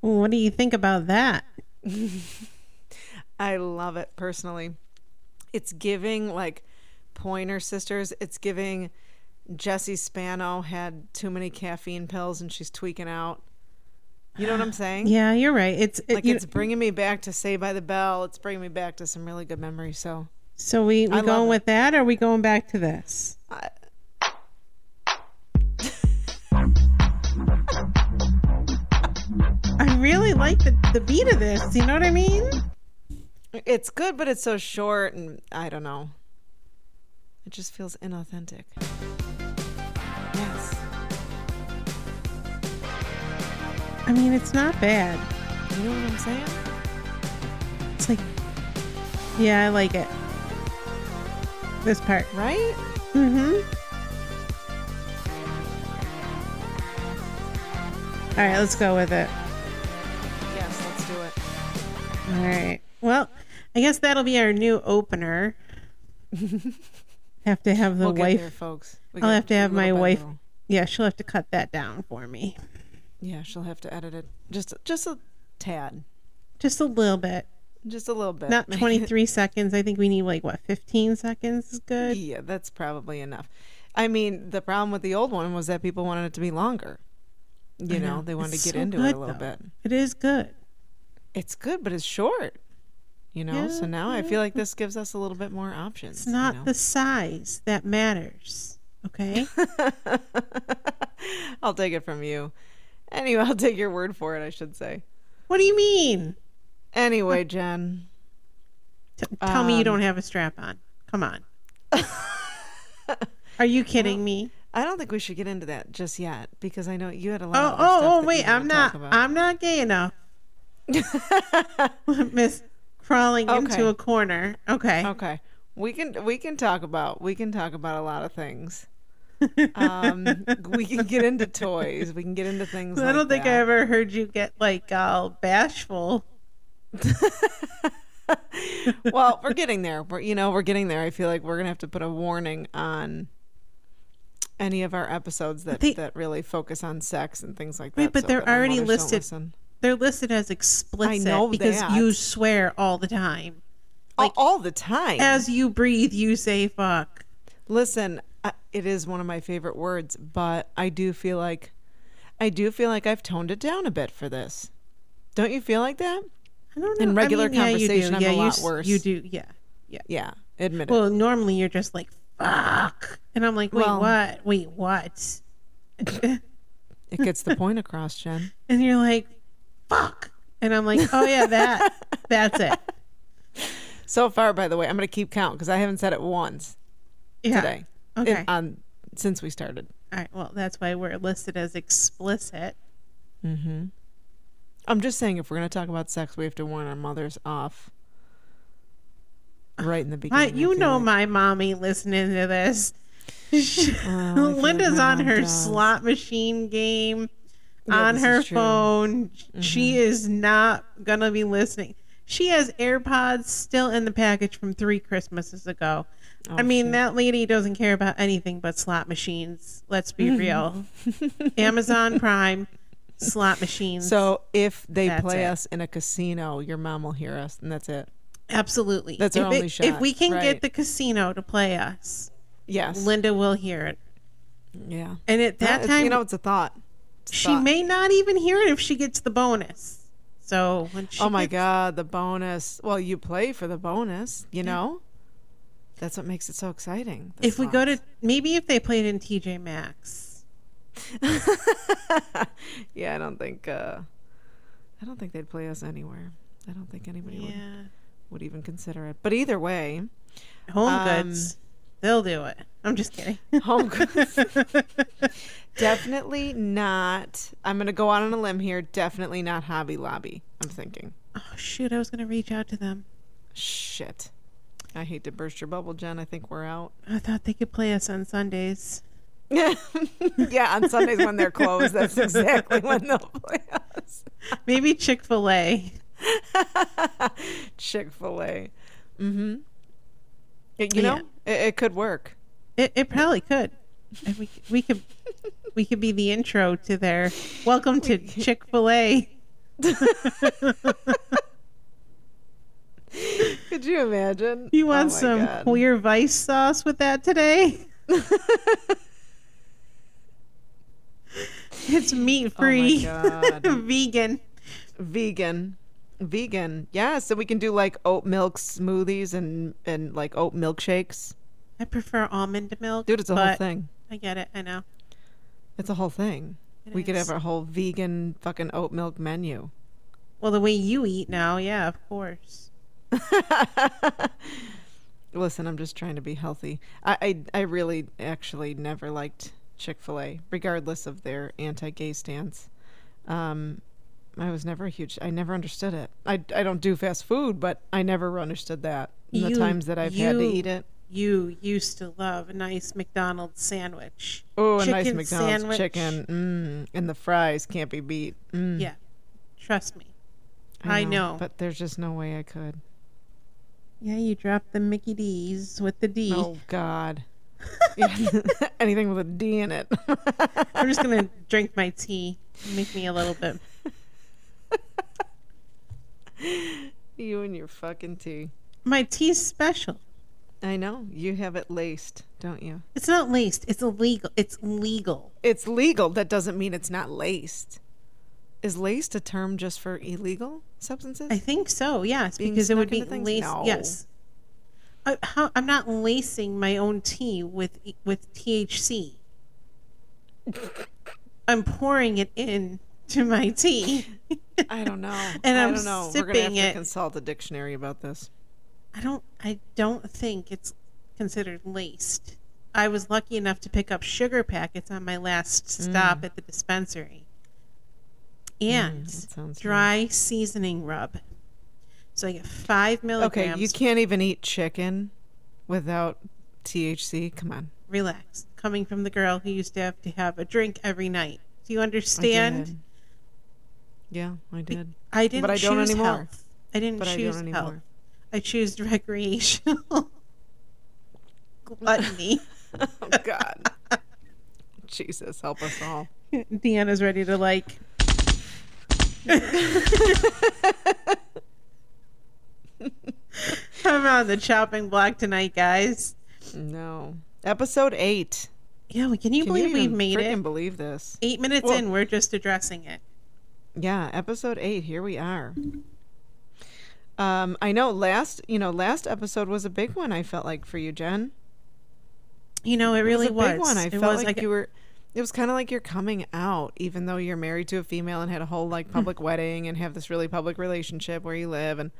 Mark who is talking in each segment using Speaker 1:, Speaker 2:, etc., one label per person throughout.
Speaker 1: What do you think about that?
Speaker 2: I love it personally. It's giving like Pointer Sisters. It's giving Jesse Spano had too many caffeine pills and she's tweaking out. You know what I'm saying?
Speaker 1: Yeah, you're right. It's it-
Speaker 2: Like
Speaker 1: you-
Speaker 2: it's bringing me back to Say by the Bell. It's bringing me back to some really good memories. So
Speaker 1: so we we
Speaker 2: love
Speaker 1: going
Speaker 2: it.
Speaker 1: with that, or are we going back to this? I really like the the beat of this. You know what I mean?
Speaker 2: it's good, but it's so short, and I don't know. It just feels inauthentic. Yes.
Speaker 1: I mean, it's not bad.
Speaker 2: You know what I'm saying?
Speaker 1: It's like, yeah, I like it. This part.
Speaker 2: Right?
Speaker 1: Mm-hmm. All right, let's go with it.
Speaker 2: Yes, let's do it.
Speaker 1: All right. Well, I guess that'll be our new opener. have to have the
Speaker 2: we'll
Speaker 1: wife.
Speaker 2: get there, folks. We
Speaker 1: I'll
Speaker 2: get
Speaker 1: have to have
Speaker 2: little
Speaker 1: my
Speaker 2: by
Speaker 1: wife.
Speaker 2: little.
Speaker 1: Yeah, she'll have to cut that down for me,
Speaker 2: Yeah, she'll have to edit it just just a tad,
Speaker 1: just a little bit.
Speaker 2: just a little bit.
Speaker 1: Not
Speaker 2: Make it-
Speaker 1: 23 seconds. I think we need like what 15 seconds is good.
Speaker 2: Yeah, that's probably enough. I mean, the problem with the old one was that people wanted it to be longer. You know, they wanted
Speaker 1: It's
Speaker 2: to get
Speaker 1: so
Speaker 2: into it
Speaker 1: good,
Speaker 2: a little
Speaker 1: though.
Speaker 2: bit.
Speaker 1: It is good.
Speaker 2: It's good, but it's short. You know, so
Speaker 1: Yeah,
Speaker 2: now I feel like this gives us a little bit more options.
Speaker 1: It's not the size that matters. Okay.
Speaker 2: I'll take it from you. Anyway, I'll take your word for it. I should say.
Speaker 1: what do you mean?
Speaker 2: Anyway, Jen.
Speaker 1: T- tell me
Speaker 2: Um,
Speaker 1: you don't have a strap on. Come on. Are you kidding me?
Speaker 2: I don't think we should get into that just yet because I know you had a lot.
Speaker 1: Oh,
Speaker 2: of other stuff
Speaker 1: oh,
Speaker 2: that
Speaker 1: oh,
Speaker 2: you
Speaker 1: wait.
Speaker 2: wanna
Speaker 1: I'm
Speaker 2: talk
Speaker 1: not.
Speaker 2: about.
Speaker 1: I'm not gay enough. Miss crawling
Speaker 2: Okay.
Speaker 1: into a corner. Okay.
Speaker 2: Okay. We can we can talk about we can talk about a lot of things. Um, we can get into toys. We can get into things.
Speaker 1: I don't think I ever heard you get like all bashful.
Speaker 2: I. Well, we're getting there. We're you know we're getting there. I feel like we're gonna have to put a warning on any of our episodes that
Speaker 1: They-
Speaker 2: that really focus on sex and things like that.
Speaker 1: Wait, but
Speaker 2: so
Speaker 1: they're
Speaker 2: that our
Speaker 1: already
Speaker 2: mothers don't
Speaker 1: listed.
Speaker 2: listen.
Speaker 1: They're listed as explicit
Speaker 2: know
Speaker 1: because
Speaker 2: that.
Speaker 1: you swear all the time.
Speaker 2: All- all the time.
Speaker 1: As you breathe, you say fuck.
Speaker 2: Listen, I- it is one of my favorite words, but I do feel like I do feel like I've toned it down a bit for this. Don't you feel like that?
Speaker 1: I don't know.
Speaker 2: In regular
Speaker 1: I mean, yeah, you do.
Speaker 2: conversation, I'm
Speaker 1: yeah,
Speaker 2: a
Speaker 1: you
Speaker 2: lot
Speaker 1: s-
Speaker 2: worse.
Speaker 1: You do. Yeah. Yeah.
Speaker 2: Yeah, admit it.
Speaker 1: Well, normally you're just like fuck, and I'm like, wait,
Speaker 2: Well-
Speaker 1: what? Wait, what?
Speaker 2: It gets the point across, Jen.
Speaker 1: and you're like, fuck. And I'm like, oh yeah, that, that's it.
Speaker 2: So far, by the way, I'm going to keep count because I haven't said it once
Speaker 1: Yeah.
Speaker 2: today. in-
Speaker 1: Okay.
Speaker 2: on since we started.
Speaker 1: All right. Well, that's why we're listed as explicit.
Speaker 2: I'm just saying, if we're going to talk about sex, we have to warn our mothers off. Right in the
Speaker 1: My,
Speaker 2: beginning. I
Speaker 1: you
Speaker 2: feel
Speaker 1: know
Speaker 2: like.
Speaker 1: my mommy listening to this.
Speaker 2: Well, I feel
Speaker 1: Linda's
Speaker 2: like my
Speaker 1: on
Speaker 2: mom
Speaker 1: her
Speaker 2: does.
Speaker 1: slot machine game,
Speaker 2: Yeah,
Speaker 1: on
Speaker 2: this
Speaker 1: her
Speaker 2: is true. Mm-hmm.
Speaker 1: phone. She is not gonna be listening. She has AirPods still in the package from three Christmases ago.
Speaker 2: Oh,
Speaker 1: I mean, that lady doesn't care about anything but slot machines. Let's
Speaker 2: Mm-hmm.
Speaker 1: be real. Amazon Prime, slot machines.
Speaker 2: So if they
Speaker 1: That's
Speaker 2: play
Speaker 1: it.
Speaker 2: us in a casino, your mom will hear us, and that's it.
Speaker 1: Absolutely.
Speaker 2: That's
Speaker 1: if
Speaker 2: our
Speaker 1: it-
Speaker 2: only
Speaker 1: If
Speaker 2: shot,
Speaker 1: we can
Speaker 2: right.
Speaker 1: get the casino to play us,
Speaker 2: Yes.
Speaker 1: Linda will hear it.
Speaker 2: yeah.
Speaker 1: And at
Speaker 2: Well,
Speaker 1: that
Speaker 2: it's-
Speaker 1: time,
Speaker 2: you know, it's a thought.
Speaker 1: she
Speaker 2: thought.
Speaker 1: may not even hear it if she gets the bonus. So when she
Speaker 2: oh my
Speaker 1: gets-
Speaker 2: god, the bonus! Well, you play for the bonus, you know. That's what makes it so exciting. the
Speaker 1: if we go to
Speaker 2: slots.
Speaker 1: maybe if they played in TJ Maxx,
Speaker 2: yeah, I don't think uh, I don't think they'd play us anywhere. I don't think anybody would,
Speaker 1: yeah,
Speaker 2: would even consider it. But either way,
Speaker 1: Home
Speaker 2: Um,
Speaker 1: Goods, they'll do it. I'm just kidding.
Speaker 2: home goods. definitely not. I'm gonna go out on a limb here. Definitely not Hobby Lobby. I'm thinking.
Speaker 1: oh shoot, I was gonna reach out to them.
Speaker 2: Shit. I hate to burst your bubble, Jen. I think we're out.
Speaker 1: I thought they could play us on Sundays.
Speaker 2: yeah, on Sundays when they're closed, that's exactly when they'll play us.
Speaker 1: Maybe Chick Fil A.
Speaker 2: Chick fil A. Mm hmm. You know, it, it could work.
Speaker 1: It, it probably could. And we we could we could be the intro to their welcome to Chick Fil A.
Speaker 2: Could you imagine?
Speaker 1: You want
Speaker 2: Oh my
Speaker 1: some
Speaker 2: God.
Speaker 1: queer vice sauce with that today? it's meat free,
Speaker 2: Oh my God.
Speaker 1: vegan.
Speaker 2: vegan vegan yeah so we can do like oat milk smoothies and and like oat milkshakes
Speaker 1: I prefer almond milk.
Speaker 2: dude it's a whole
Speaker 1: but
Speaker 2: thing
Speaker 1: I get it. I know.
Speaker 2: it's a whole thing
Speaker 1: It
Speaker 2: we could
Speaker 1: is.
Speaker 2: have our whole vegan fucking oat milk menu
Speaker 1: Well, the way you eat now, yeah, of course.
Speaker 2: listen i'm just trying to be healthy i i, I really actually never liked chick-fil-a regardless of their anti-gay stance um i was never a huge i never understood it i i don't do fast food but i never understood that And the
Speaker 1: You-
Speaker 2: times that i've had to
Speaker 1: you-
Speaker 2: eat it
Speaker 1: You used to love a nice McDonald's sandwich.
Speaker 2: Oh, a nice
Speaker 1: Chicken
Speaker 2: McDonald's
Speaker 1: sandwich.
Speaker 2: chicken. Mm, and the fries can't be beat. Mm,
Speaker 1: Yeah, trust me. I know.
Speaker 2: But there's just no way I could.
Speaker 1: Yeah, you dropped the Mickey D's with the D.
Speaker 2: Oh, God. Anything with a D in it.
Speaker 1: I'm just gonna drink my tea. Make me a little bit.
Speaker 2: you and your fucking tea.
Speaker 1: My tea's special.
Speaker 2: I know. You have it laced, don't you?
Speaker 1: It's not laced. It's illegal. It's legal.
Speaker 2: It's legal. That doesn't mean it's not laced. Is laced a term just for illegal substances?
Speaker 1: I think so. Yes,
Speaker 2: Being
Speaker 1: because it would
Speaker 2: snuck
Speaker 1: be
Speaker 2: into things?
Speaker 1: laced.
Speaker 2: No.
Speaker 1: Yes. I, how, I'm not lacing my own tea with with THC. I'm pouring it in to my tea.
Speaker 2: I don't know.
Speaker 1: And
Speaker 2: I
Speaker 1: I'm
Speaker 2: don't know. We're gonna have
Speaker 1: sipping
Speaker 2: to
Speaker 1: it.
Speaker 2: consult a dictionary about this.
Speaker 1: I don't. I don't think it's considered laced. I was lucky enough to pick up sugar packets on my last
Speaker 2: Mm.
Speaker 1: stop at the dispensary, and
Speaker 2: that sounds
Speaker 1: dry seasoning rub. So I get five
Speaker 2: Okay,
Speaker 1: milligrams.
Speaker 2: you can't even eat chicken without THC. Come on.
Speaker 1: Relax. Coming from the girl who used to have to have a drink every night. Do you
Speaker 2: I did.
Speaker 1: understand?
Speaker 2: Yeah, I did.
Speaker 1: I, did. not
Speaker 2: But I
Speaker 1: choose
Speaker 2: don't anymore.
Speaker 1: health. I didn't
Speaker 2: But I
Speaker 1: choose
Speaker 2: don't anymore.
Speaker 1: health. I choose recreational gluttony.
Speaker 2: Oh God. Jesus, help us all.
Speaker 1: Deanna's ready to like I'm on the chopping block tonight, guys.
Speaker 2: No. Episode eight.
Speaker 1: Yeah, well, can you
Speaker 2: Can
Speaker 1: believe
Speaker 2: you
Speaker 1: we
Speaker 2: even
Speaker 1: made
Speaker 2: freaking
Speaker 1: it?
Speaker 2: believe this?
Speaker 1: Eight minutes
Speaker 2: Well-
Speaker 1: in, we're just addressing it.
Speaker 2: Yeah, episode eight. Here we are. Um, I know last you know last episode was a big one. I felt like for you, Jen.
Speaker 1: You know, it really
Speaker 2: it was a big one. I
Speaker 1: It
Speaker 2: felt
Speaker 1: was
Speaker 2: like, you were. It was kind of like you're coming out, even though you're married to a female and had a whole like public wedding and have this really public relationship where you live and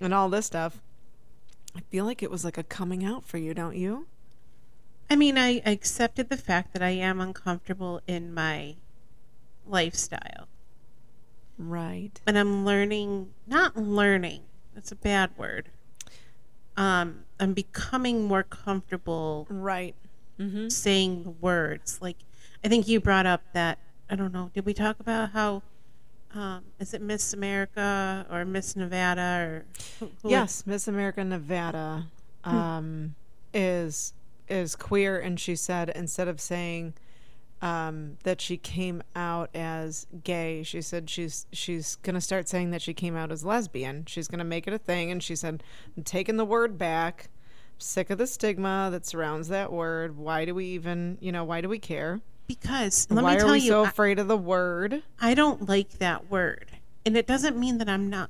Speaker 2: and all this stuff. I feel like it was like a coming out for you, don't you?
Speaker 1: I mean, I I accepted the fact that I am uncomfortable in my lifestyle.
Speaker 2: Right.
Speaker 1: and I'm learning not learning that's a bad word um I'm becoming more comfortable
Speaker 2: Right. Mm-hmm.
Speaker 1: saying the words like I think you brought up that I don't know did we talk about how um, is it Miss America or Miss Nevada or who, who-
Speaker 2: Yes, Miss America Nevada
Speaker 1: Hmm.
Speaker 2: um, is is queer, and she said instead of saying um, that she came out as gay, she said she's she's gonna start saying that she came out as lesbian. She's gonna make it a thing, and she said, "I'm taking the word back. I'm sick of the stigma that surrounds that word. Why do we even, you know, why do we care?
Speaker 1: because let
Speaker 2: why
Speaker 1: me
Speaker 2: are
Speaker 1: tell
Speaker 2: we
Speaker 1: you
Speaker 2: so
Speaker 1: I,
Speaker 2: afraid of the word?
Speaker 1: I don't like that word and it doesn't mean that I'm not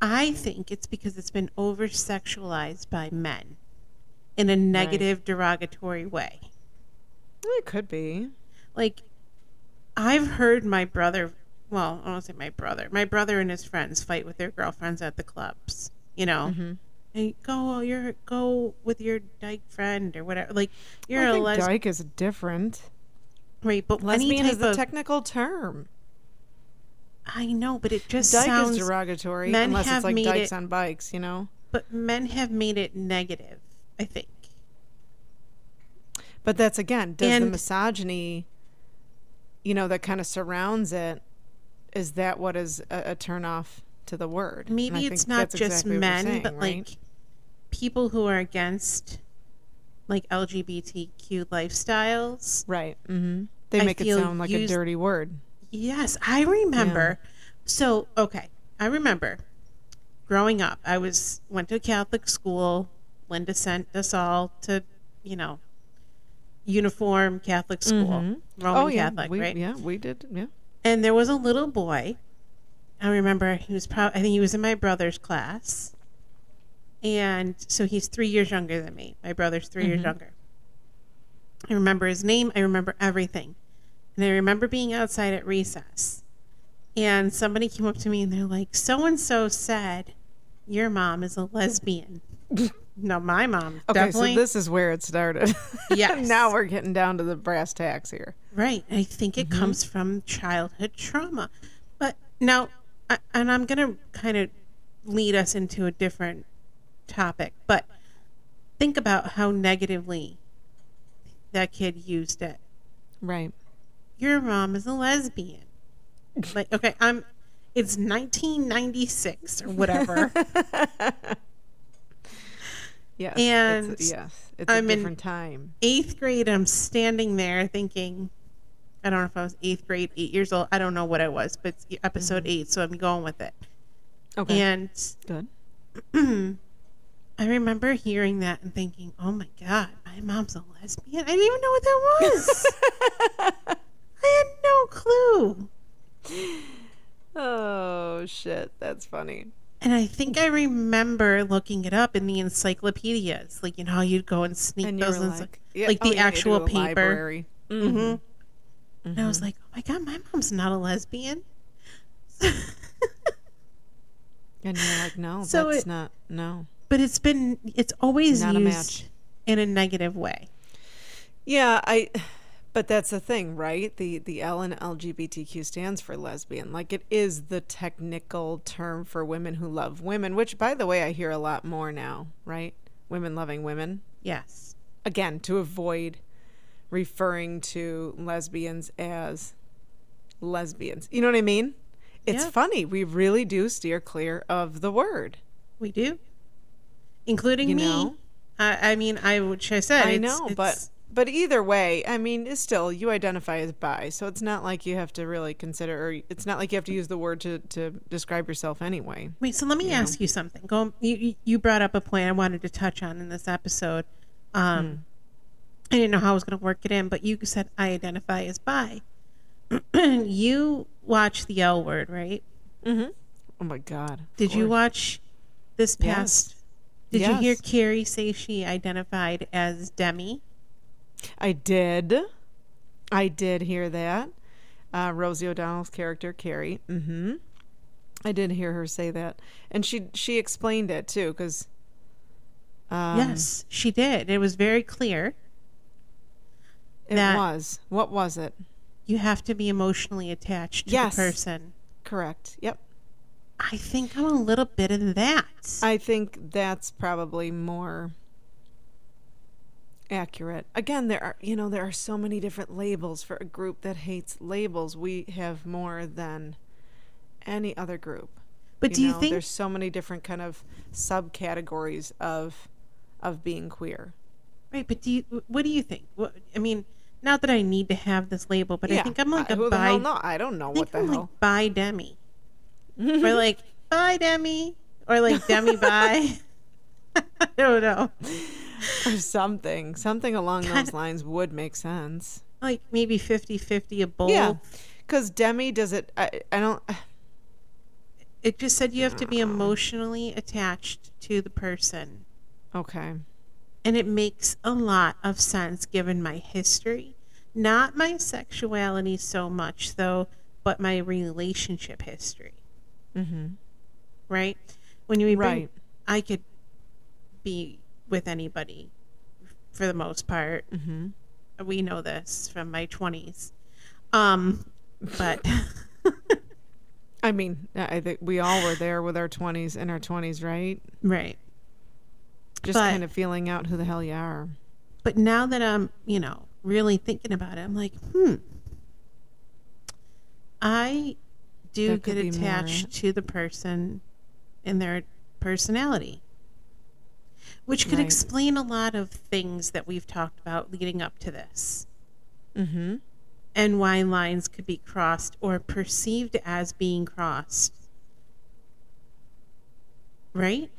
Speaker 1: I think it's because it's been over sexualized by men in a negative derogatory way
Speaker 2: It could be.
Speaker 1: like I've heard my brother well, I don't say my brother. My brother and his friends fight with their girlfriends at the clubs, you know.
Speaker 2: Mm-hmm.
Speaker 1: And go oh, you're go with your dyke friend or whatever. Like you're
Speaker 2: I
Speaker 1: a
Speaker 2: think
Speaker 1: lesbian,
Speaker 2: dyke is different.
Speaker 1: right, but any
Speaker 2: Lesbian
Speaker 1: type
Speaker 2: is the
Speaker 1: of,
Speaker 2: technical term.
Speaker 1: I know, but it just
Speaker 2: Dyke
Speaker 1: sounds
Speaker 2: is derogatory
Speaker 1: men
Speaker 2: unless
Speaker 1: have
Speaker 2: it's like
Speaker 1: made
Speaker 2: dykes
Speaker 1: it-
Speaker 2: on bikes, you know.
Speaker 1: but men have made it negative, I think.
Speaker 2: But that's again, does the
Speaker 1: And-
Speaker 2: misogyny, you know, that kind of surrounds it, is that what is a, a turnoff to the word? And I
Speaker 1: Maybe
Speaker 2: think
Speaker 1: it's not
Speaker 2: that's
Speaker 1: just
Speaker 2: exactly what you're
Speaker 1: men,
Speaker 2: saying,
Speaker 1: but
Speaker 2: right?
Speaker 1: like people who are against like LGBTQ lifestyles
Speaker 2: right, hmm they
Speaker 1: I
Speaker 2: make it
Speaker 1: mm-hmm. feel
Speaker 2: sound like
Speaker 1: used-
Speaker 2: a dirty word.
Speaker 1: Yes, I remember. So, okay, I remember growing up. I was went to a Catholic school. Linda sent us all to, you know, uniform Catholic school,
Speaker 2: Mhm.
Speaker 1: Roman
Speaker 2: oh yeah,
Speaker 1: Catholic,
Speaker 2: we,
Speaker 1: right?
Speaker 2: yeah, we did. Yeah,
Speaker 1: And there was a little boy. I remember he was probably I think he was in my brother's class. And so he's 3 years younger than me. My brother's 3
Speaker 2: Mm-hmm.
Speaker 1: years younger. I remember his name, I remember everything. And I remember being outside at recess. And somebody came up to me and they're like, "So and so said your mom is a lesbian." no, my mom
Speaker 2: Okay,
Speaker 1: definitely.
Speaker 2: so this is where it started.
Speaker 1: Yes.
Speaker 2: now we're getting down to the brass tacks here.
Speaker 1: Right. I think it comes from childhood trauma. But now, I, and I'm going to kind of lead us into a different topic, but think about how negatively that kid used it.
Speaker 2: Right.
Speaker 1: Your mom is a lesbian. Like, okay, I'm, it's 1996 or whatever.
Speaker 2: Yes.
Speaker 1: And
Speaker 2: it's, yes, it's
Speaker 1: I'm
Speaker 2: a
Speaker 1: in-
Speaker 2: different time.
Speaker 1: eighth grade, I'm standing there thinking, I don't know if I was eighth grade, eight years old. I don't know what I was, but it's e-, episode eight, so I'm going with it.
Speaker 2: Okay.
Speaker 1: And
Speaker 2: Good.
Speaker 1: I remember hearing that and thinking, "Oh my god, my mom's a lesbian." I didn't even know what that was. I had no clue.
Speaker 2: Oh shit, that's funny.
Speaker 1: And I think I remember looking it up in the encyclopedias, like you know, how you'd go and sneak
Speaker 2: And you
Speaker 1: those
Speaker 2: were
Speaker 1: in,
Speaker 2: like, yeah,
Speaker 1: like
Speaker 2: oh,
Speaker 1: the
Speaker 2: yeah, you
Speaker 1: actual
Speaker 2: do a
Speaker 1: paper.
Speaker 2: library. Mm-hmm.
Speaker 1: hmm And I was like, "Oh my god, my mom's not a lesbian."
Speaker 2: And you're like, no,
Speaker 1: So
Speaker 2: that's
Speaker 1: it-
Speaker 2: not. No.
Speaker 1: but it's been, it's always
Speaker 2: Not a
Speaker 1: used
Speaker 2: match.
Speaker 1: in a negative way.
Speaker 2: Yeah, I. But that's the thing, right? The the L in LGBTQ stands for lesbian. Like it is the technical term for women who love women, which, by the way, I hear a lot more now. Right? Women loving women.
Speaker 1: Yes.
Speaker 2: again to avoid referring to lesbians as lesbians. You know what I mean? It's
Speaker 1: Yeah.
Speaker 2: funny. We really do steer clear of the word.
Speaker 1: We do, including
Speaker 2: You
Speaker 1: me.
Speaker 2: know?
Speaker 1: I, I mean, I which I said
Speaker 2: I
Speaker 1: it's-
Speaker 2: know, but
Speaker 1: it's-
Speaker 2: but either way, I mean, it's still you identify as bi, so it's not like you have to really consider, or it's not like you have to use the word to to describe yourself anyway.
Speaker 1: Wait, so let me ask you something. Go. You you- you brought up a point I wanted to touch on in this episode. Um,
Speaker 2: Hmm.
Speaker 1: I didn't know how I was going to work it in, but you said I identify as bi. you watch the L Word, right?
Speaker 2: Oh my god! of
Speaker 1: Did you
Speaker 2: course.
Speaker 1: watch this past? Did you hear
Speaker 2: Yes.
Speaker 1: Carrie say she identified as Demi?
Speaker 2: I did. I did hear that. Uh, Rosie O'Donnell's character, Carrie. Mm-hmm. I did hear her say that, and she she explained it too, because um,
Speaker 1: yes, she did. It was very clear.
Speaker 2: it
Speaker 1: that-
Speaker 2: was. What was it?
Speaker 1: You have to be emotionally attached to
Speaker 2: Yes.
Speaker 1: the person.
Speaker 2: Correct. Yep.
Speaker 1: I think I'm a little bit in that.
Speaker 2: I think that's probably more accurate. Again, there are you know there are so many different labels for a group that hates labels. We have more than any other group.
Speaker 1: but do you
Speaker 2: know,
Speaker 1: think
Speaker 2: there's so many different kind of subcategories of of being queer?
Speaker 1: Right, but do you? wh- What do you think? What, I mean, not that I need to have this label, but I think I'm like a
Speaker 2: who the
Speaker 1: bi.
Speaker 2: hell know? I don't know
Speaker 1: I
Speaker 2: what
Speaker 1: think
Speaker 2: the
Speaker 1: I'm
Speaker 2: hell.
Speaker 1: like bi demi, or like bi demi, or like demi bi. I don't know.
Speaker 2: or something, something along those lines would make sense.
Speaker 1: Like maybe 50-50 of both.
Speaker 2: Yeah, because Demi does it. I, I don't.
Speaker 1: It just said you have to be
Speaker 2: Mm-hmm.
Speaker 1: emotionally attached to the person,
Speaker 2: Okay.
Speaker 1: and it makes a lot of sense given my history, not my sexuality so much though, but my relationship history.
Speaker 2: Mm-hmm.
Speaker 1: right? When you bring,
Speaker 2: Right.
Speaker 1: I could be with anybody for the most part.
Speaker 2: Mm-hmm.
Speaker 1: We know this from my twenties, um, but
Speaker 2: I mean, I I think we all were there with our twenties in our twenties, right?
Speaker 1: right.
Speaker 2: Just
Speaker 1: But-
Speaker 2: kind of feeling out who the hell you are.
Speaker 1: But now that I'm, you know, really thinking about it, I'm like, hmm, I do
Speaker 2: That could
Speaker 1: get
Speaker 2: be more
Speaker 1: attached
Speaker 2: it.
Speaker 1: to the person and their personality. Which could
Speaker 2: Right.
Speaker 1: explain a lot of things that we've talked about leading up to this.
Speaker 2: Mm-hmm.
Speaker 1: and why lines could be crossed or perceived as being crossed. Right?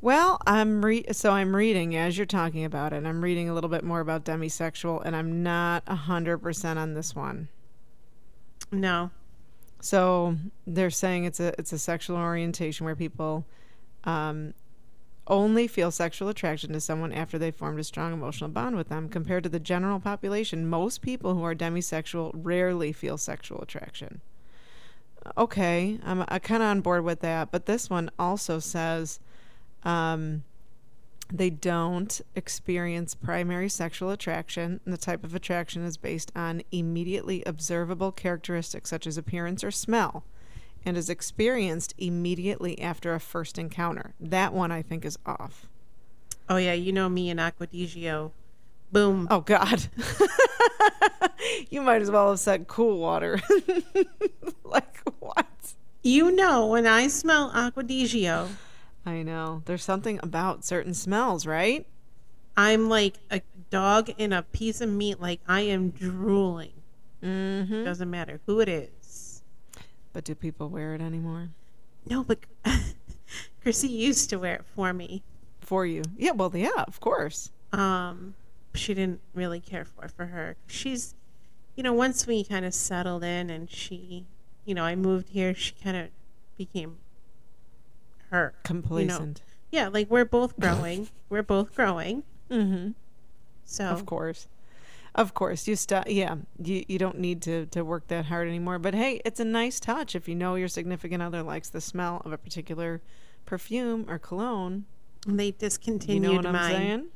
Speaker 2: Well, I'm re- so I'm reading as you're talking about it. I'm reading a little bit more about demisexual, and I'm not hundred percent on this one.
Speaker 1: No.
Speaker 2: So they're saying it's a it's a sexual orientation where people um, only feel sexual attraction to someone after they've formed a strong emotional bond with them. Compared to the general population, most people who are demisexual rarely feel sexual attraction. Okay, I'm, I'm kind of on board with that, but this one also says um, they don't experience primary sexual attraction, and the type of attraction is based on immediately observable characteristics such as appearance or smell and is experienced immediately after a first encounter. That one I think is off.
Speaker 1: Oh yeah, you know me and Aquadigio. Boom.
Speaker 2: Oh God. you might as well have said cool water. like what?
Speaker 1: You know when I smell Aquadigio,
Speaker 2: I know. There's something about certain smells, right?
Speaker 1: I'm like a dog in a piece of meat, like I am drooling.
Speaker 2: Mm-hmm.
Speaker 1: Doesn't matter who it is.
Speaker 2: But do people wear it anymore?
Speaker 1: No, but Chrissy used to wear it for me.
Speaker 2: For you? Yeah. Well, yeah. Of course.
Speaker 1: Um, she didn't really care for it for her. She's, you know, once we kind of settled in and she, you know, I moved here, she kind of became her.
Speaker 2: Complacent.
Speaker 1: You know? Yeah, like we're both growing. we're both growing.
Speaker 2: Mm-hmm.
Speaker 1: So
Speaker 2: Of course. Of course. You stop yeah. You you don't need to, to work that hard anymore. But hey, it's a nice touch if you know your significant other likes the smell of a particular perfume or cologne.
Speaker 1: They discontinued
Speaker 2: you know what I'm
Speaker 1: mine.
Speaker 2: saying?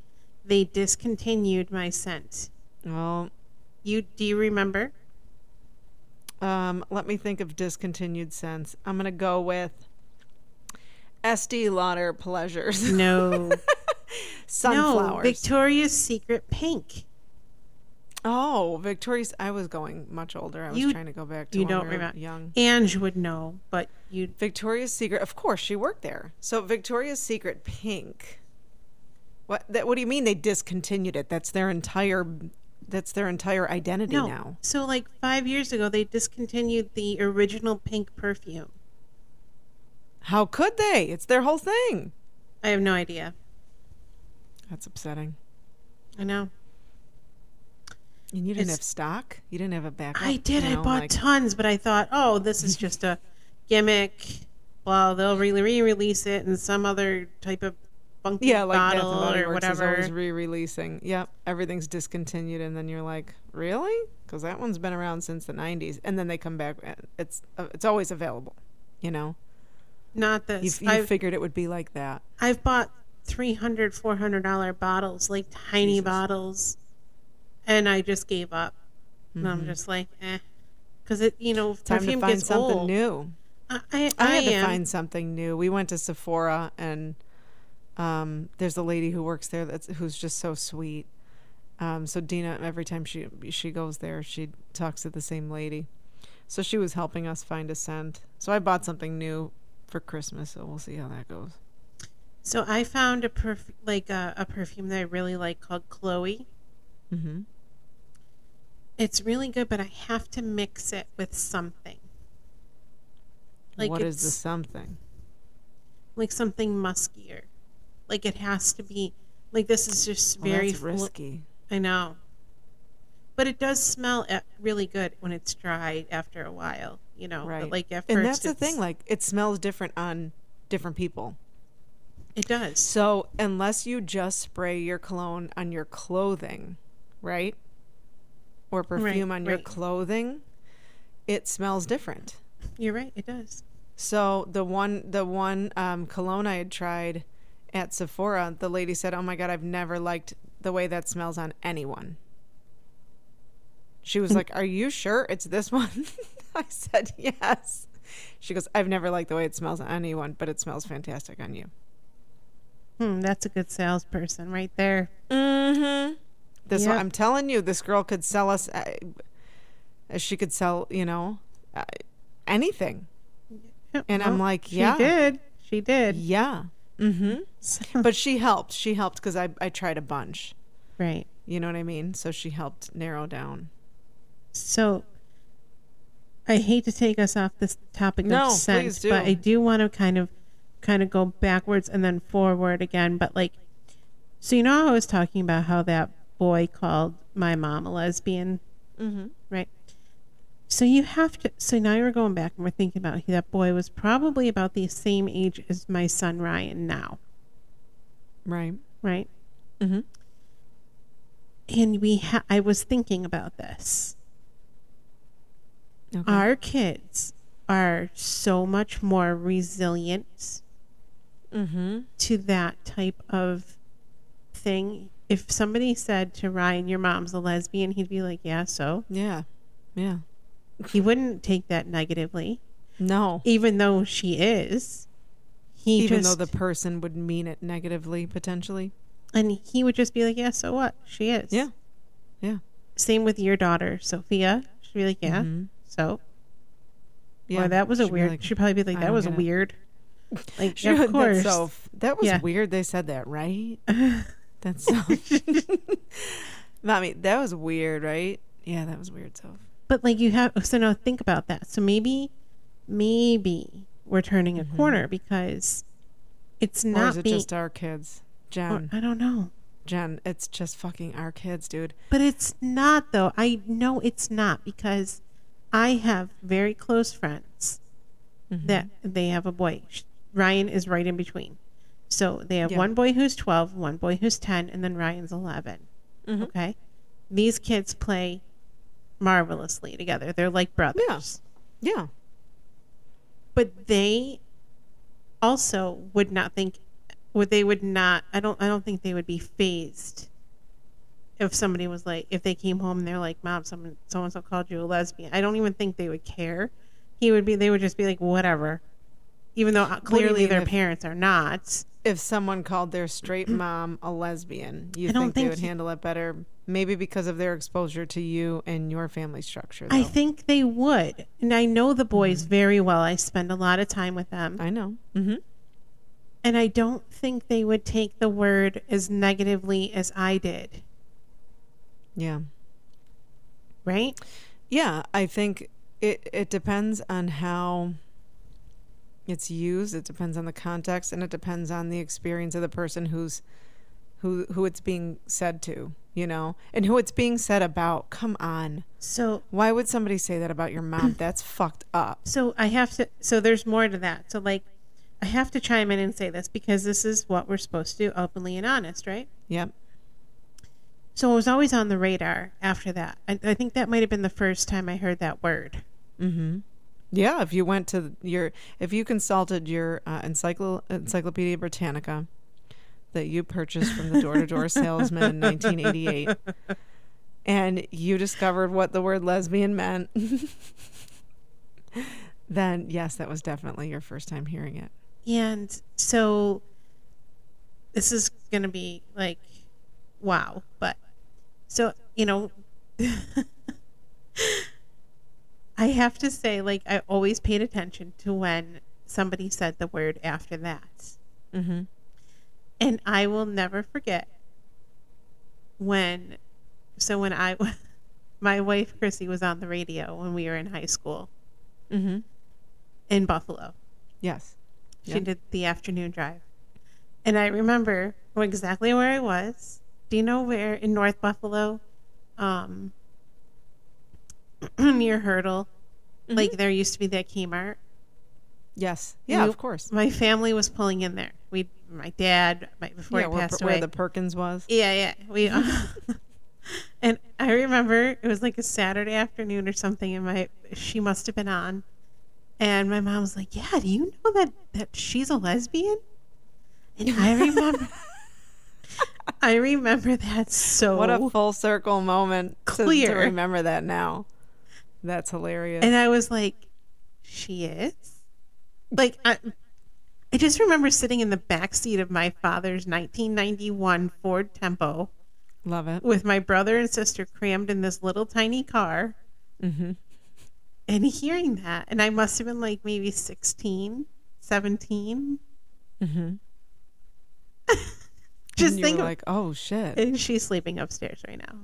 Speaker 1: They discontinued my scent.
Speaker 2: Well,
Speaker 1: You do you remember?
Speaker 2: um, let me think of discontinued scents. I'm gonna go with Estee Lauder Pleasures.
Speaker 1: No. no,
Speaker 2: Sunflowers.
Speaker 1: Victoria's Secret pink.
Speaker 2: oh, Victoria's. I was going much older. I was
Speaker 1: You-
Speaker 2: trying to go back to
Speaker 1: You
Speaker 2: when
Speaker 1: don't
Speaker 2: we were
Speaker 1: remember.
Speaker 2: young.
Speaker 1: Ange would know, but you
Speaker 2: Victoria's Secret. Of course, she worked there. So Victoria's Secret pink. What? That, what do you mean they discontinued it? That's their entire. That's their entire identity
Speaker 1: no.
Speaker 2: now.
Speaker 1: So like five years ago, they discontinued the original pink perfume.
Speaker 2: How could they? It's their whole thing.
Speaker 1: I have no idea.
Speaker 2: That's upsetting.
Speaker 1: I know.
Speaker 2: And you didn't
Speaker 1: It's-
Speaker 2: have stock. You didn't have a backup.
Speaker 1: I did.
Speaker 2: you
Speaker 1: I
Speaker 2: know,
Speaker 1: bought
Speaker 2: like-
Speaker 1: tons, but I thought, oh, this is just a gimmick. Well, they'll re- re-release it in some other type of funky
Speaker 2: yeah, like Bath and
Speaker 1: bottle
Speaker 2: Body
Speaker 1: or
Speaker 2: Works is
Speaker 1: whatever.
Speaker 2: always re-releasing. Yep, everything's discontinued, and then you're like, really? Because that one's been around since the '90s, and then they come back. and It's uh, it's always available. You know,
Speaker 1: Not
Speaker 2: you,
Speaker 1: this.
Speaker 2: you
Speaker 1: I've,
Speaker 2: figured it would be like that.
Speaker 1: I've bought 300 400 dollar bottles, like tiny
Speaker 2: Jesus.
Speaker 1: bottles, and I just gave up. And I'm just like, eh, because it, you know,
Speaker 2: Mm-hmm. Time
Speaker 1: perfume
Speaker 2: to find
Speaker 1: gets
Speaker 2: something
Speaker 1: old.
Speaker 2: new.
Speaker 1: I, I,
Speaker 2: I,
Speaker 1: I
Speaker 2: had
Speaker 1: am.
Speaker 2: to find something new. We went to Sephora, and um, there's a lady who works there that's who's just so sweet. Um, so Dina, every time she she goes there, she talks to the same lady. So she was helping us find a scent. So I bought something new for Christmas. So we'll see how that goes.
Speaker 1: So I found a perf- like a, a perfume that I really like called Chloe.
Speaker 2: Mm-hmm.
Speaker 1: It's really good, but I have to mix it with something. Like
Speaker 2: what
Speaker 1: it's
Speaker 2: is the something?
Speaker 1: like something muskier. Like it has to be like this is just
Speaker 2: Well,
Speaker 1: very
Speaker 2: Oh, that's
Speaker 1: fl-
Speaker 2: risky.
Speaker 1: I know. But it does smell uh, really good when it's dried after a while, you know.
Speaker 2: Right.
Speaker 1: But like at
Speaker 2: and
Speaker 1: first
Speaker 2: that's the
Speaker 1: it's-
Speaker 2: thing. Like it smells different on different people.
Speaker 1: it does.
Speaker 2: So, unless you just spray your cologne on your clothing, right? Or perfume on your
Speaker 1: right.
Speaker 2: clothing, it smells different.
Speaker 1: You're right, it does.
Speaker 2: So, the one the one um, cologne I had tried at Sephora, the lady said, "Oh my god, I've never liked the way that smells on anyone." She
Speaker 1: Hmm.
Speaker 2: was like, "Are you sure it's this one?" I said, "Yes." She goes, "I've never liked the way it smells on anyone, but it smells fantastic on you."
Speaker 1: Hmm, that's a good salesperson right there.
Speaker 2: Mm-hmm. This
Speaker 1: Yep.
Speaker 2: one, I'm telling you, this girl could sell us. Uh, she could sell, you know, uh, anything.
Speaker 1: Yep,
Speaker 2: And I'm
Speaker 1: well,
Speaker 2: like,
Speaker 1: she
Speaker 2: yeah,
Speaker 1: did. She did.
Speaker 2: yeah. Mm-hmm. but she helped. She helped because I I tried a bunch.
Speaker 1: Right.
Speaker 2: You know what I mean? So she helped narrow down.
Speaker 1: So I hate to take us off this topic
Speaker 2: No,
Speaker 1: of sense,
Speaker 2: please do.
Speaker 1: but I do want to kind of kind of go backwards and then forward again, but like so you know how I was talking about how that boy called my mom a lesbian,
Speaker 2: Mm-hmm.
Speaker 1: right? So you have to so now you're going back and we're thinking about it. that boy was probably about the same age as my son Ryan now,
Speaker 2: Right.
Speaker 1: right?
Speaker 2: Mm-hmm.
Speaker 1: And we ha- I was thinking about this.
Speaker 2: Okay.
Speaker 1: our kids are so much more resilient
Speaker 2: mm-hmm.
Speaker 1: to that type of thing. If somebody said to Ryan, "Your mom's a lesbian," he'd be like, "Yeah, so."
Speaker 2: Yeah. Yeah.
Speaker 1: He wouldn't take that negatively,
Speaker 2: No.
Speaker 1: even though she is. He
Speaker 2: Even
Speaker 1: just,
Speaker 2: though the person would mean it negatively, potentially.
Speaker 1: and he would just be like, "Yeah, so what? She is."
Speaker 2: Yeah. Yeah.
Speaker 1: Same with your daughter, Sophia. She'd be like, "Yeah,
Speaker 2: Mhm.
Speaker 1: so."
Speaker 2: Yeah.
Speaker 1: Or that was a
Speaker 2: She'd be
Speaker 1: weird.
Speaker 2: like,
Speaker 1: she'd probably be like,
Speaker 2: "I
Speaker 1: "That
Speaker 2: don't
Speaker 1: was
Speaker 2: get it."
Speaker 1: weird." Like,
Speaker 2: "She
Speaker 1: of
Speaker 2: heard
Speaker 1: course.
Speaker 2: That, so, that was
Speaker 1: Yeah.
Speaker 2: weird. They said that, right? That's so. I mean, that was weird, right? Yeah, that was weird. So,
Speaker 1: But like you have, so now think about that. So maybe, maybe we're turning a corner because it's
Speaker 2: Mm-hmm. or is
Speaker 1: not
Speaker 2: it
Speaker 1: being.
Speaker 2: just our kids,
Speaker 1: or-
Speaker 2: Jen?
Speaker 1: I don't know,
Speaker 2: Jen, it's just fucking our kids, dude.
Speaker 1: but it's not though. I know it's not because I have very close friends
Speaker 2: Mm-hmm.
Speaker 1: that they have a boy. Sh- Ryan is right in between. So they have
Speaker 2: Yeah.
Speaker 1: one boy who's 12, one boy who's 10, and then Ryan's 11.
Speaker 2: Mhm.
Speaker 1: Okay. These kids play marvelously together. They're like brothers.
Speaker 2: Yeah,
Speaker 1: but they also would not think would they would not i don't i don't think they would be phased if somebody was like if they came home and they're like mom someone so and so called you a lesbian i don't even think they would care he would be they would just be like whatever even though uh,
Speaker 2: do you
Speaker 1: clearly
Speaker 2: mean
Speaker 1: their
Speaker 2: if-
Speaker 1: parents are not
Speaker 2: if someone called their straight mom a lesbian, you
Speaker 1: I
Speaker 2: think,
Speaker 1: don't
Speaker 2: they
Speaker 1: think
Speaker 2: would
Speaker 1: he-
Speaker 2: handle it better? Maybe because of their exposure to you and your family structure. Though.
Speaker 1: i think they would and i know the boys very well i spend a lot of time with them
Speaker 2: Mm-hmm. I know. Mm-hmm.
Speaker 1: and i don't think they would take the word as negatively as i did
Speaker 2: Yeah.
Speaker 1: right
Speaker 2: Yeah, I think it it depends on how it's used. It depends on the context, and it depends on the experience of the person who's who who it's being said to. You know, and who it's being said about. Come on,
Speaker 1: so
Speaker 2: why would somebody say that about your mom? That's fucked up.
Speaker 1: so I have to so there's more to that. So like I have to chime in and say this because this is what we're supposed to do openly and honest, right?
Speaker 2: Yep.
Speaker 1: So it was always on the radar after that. I, I think that might have been the first time I heard that word.
Speaker 2: Mm-hmm. Yeah, if you went to your, if you consulted your uh, encycl- Encyclopedia Britannica that you purchased from the door to door salesman in 1988, and you discovered what the word lesbian meant, then yes, that was definitely your first time hearing it.
Speaker 1: And so this is going to be like, wow. But so, you know, I have to say, like, I always paid attention to when somebody said the word after that.
Speaker 2: Mm-hmm.
Speaker 1: And I will never forget when, so when I, my wife Chrissy was on the radio when we were in high school
Speaker 2: Mm-hmm.
Speaker 1: in Buffalo.
Speaker 2: Yes.
Speaker 1: She
Speaker 2: Yeah.
Speaker 1: did the afternoon drive. And I remember exactly where I was. Do you know where in North Buffalo? Um, near Hurdle.
Speaker 2: Mm-hmm.
Speaker 1: Like there used to be that Kmart.
Speaker 2: Yes. Yeah,
Speaker 1: You-
Speaker 2: of course.
Speaker 1: My family was pulling in there. We, my dad, my, before
Speaker 2: yeah,
Speaker 1: he
Speaker 2: where,
Speaker 1: passed
Speaker 2: where
Speaker 1: away.
Speaker 2: the Perkins was.
Speaker 1: Yeah, yeah. We and I remember it was like a Saturday afternoon or something, and my she must have been on, and my mom was like, "Yeah, do you know that that she's a lesbian?" And I remember, I remember that so.
Speaker 2: What a full circle moment to- to
Speaker 1: Clear.
Speaker 2: remember that now. That's hilarious.
Speaker 1: and I was like, "She is," like I. I just remember sitting in the back seat of my father's 1991 Ford Tempo
Speaker 2: Love it.
Speaker 1: with my brother and sister crammed in this little tiny car
Speaker 2: Mm-hmm.
Speaker 1: and hearing that and i must have been like maybe 16 17
Speaker 2: Mm-hmm.
Speaker 1: just
Speaker 2: you were
Speaker 1: think of-
Speaker 2: like, oh shit.
Speaker 1: and she's sleeping upstairs right now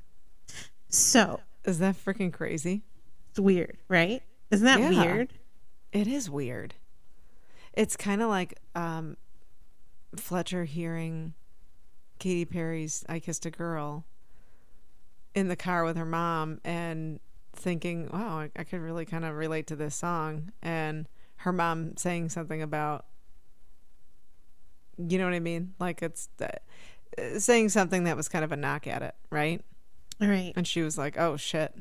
Speaker 1: so
Speaker 2: Is that freaking crazy?
Speaker 1: It's weird, right? Isn't that
Speaker 2: Yeah.
Speaker 1: weird?
Speaker 2: It is weird. It's kind of like um, Fletcher hearing Katy Perry's "I Kissed a Girl" in the car with her mom, and thinking, "Wow, I, I could really kind of relate to this song." And her mom saying something about, you know what I mean? Like it's uh, saying something that was kind of a knock at it, right?
Speaker 1: All right,
Speaker 2: And she was like, "Oh shit."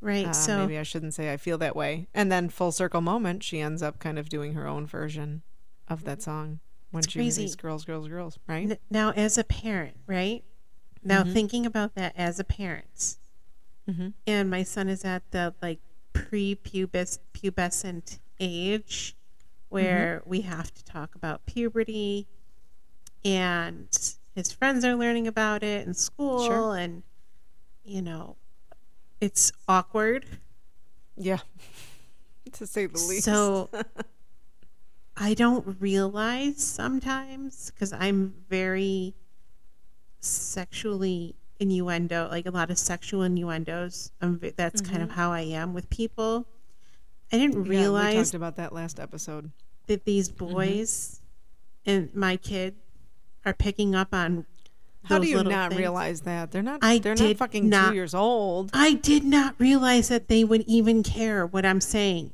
Speaker 1: right.
Speaker 2: Uh,
Speaker 1: so
Speaker 2: maybe I shouldn't say I feel that way. And then full circle moment, she ends up kind of doing her own version of that song when she
Speaker 1: crazy.
Speaker 2: released "Girls, Girls, Girls." Right?
Speaker 1: N- now as a parent right now thinking about that as a parent
Speaker 2: Mhm.
Speaker 1: and my son is at the like pre-pubis pubescent age where we have to talk about puberty and his friends are learning about it in school and you know it's awkward
Speaker 2: Yeah, to say the least.
Speaker 1: so I don't realize sometimes because I'm very sexually innuendo, like a lot of sexual innuendos. I'm, ve- that's kind of how I am with people. I didn't
Speaker 2: Mm-hmm. Yeah, we
Speaker 1: realize
Speaker 2: talked about Mm-hmm. that last episode.
Speaker 1: that these boys and my kid are picking up on.
Speaker 2: How do
Speaker 1: those
Speaker 2: you
Speaker 1: little
Speaker 2: not
Speaker 1: things.
Speaker 2: realize that they're not?
Speaker 1: I
Speaker 2: they're
Speaker 1: did
Speaker 2: not fucking
Speaker 1: not-
Speaker 2: two years old.
Speaker 1: I did not realize that they would even care what I'm saying.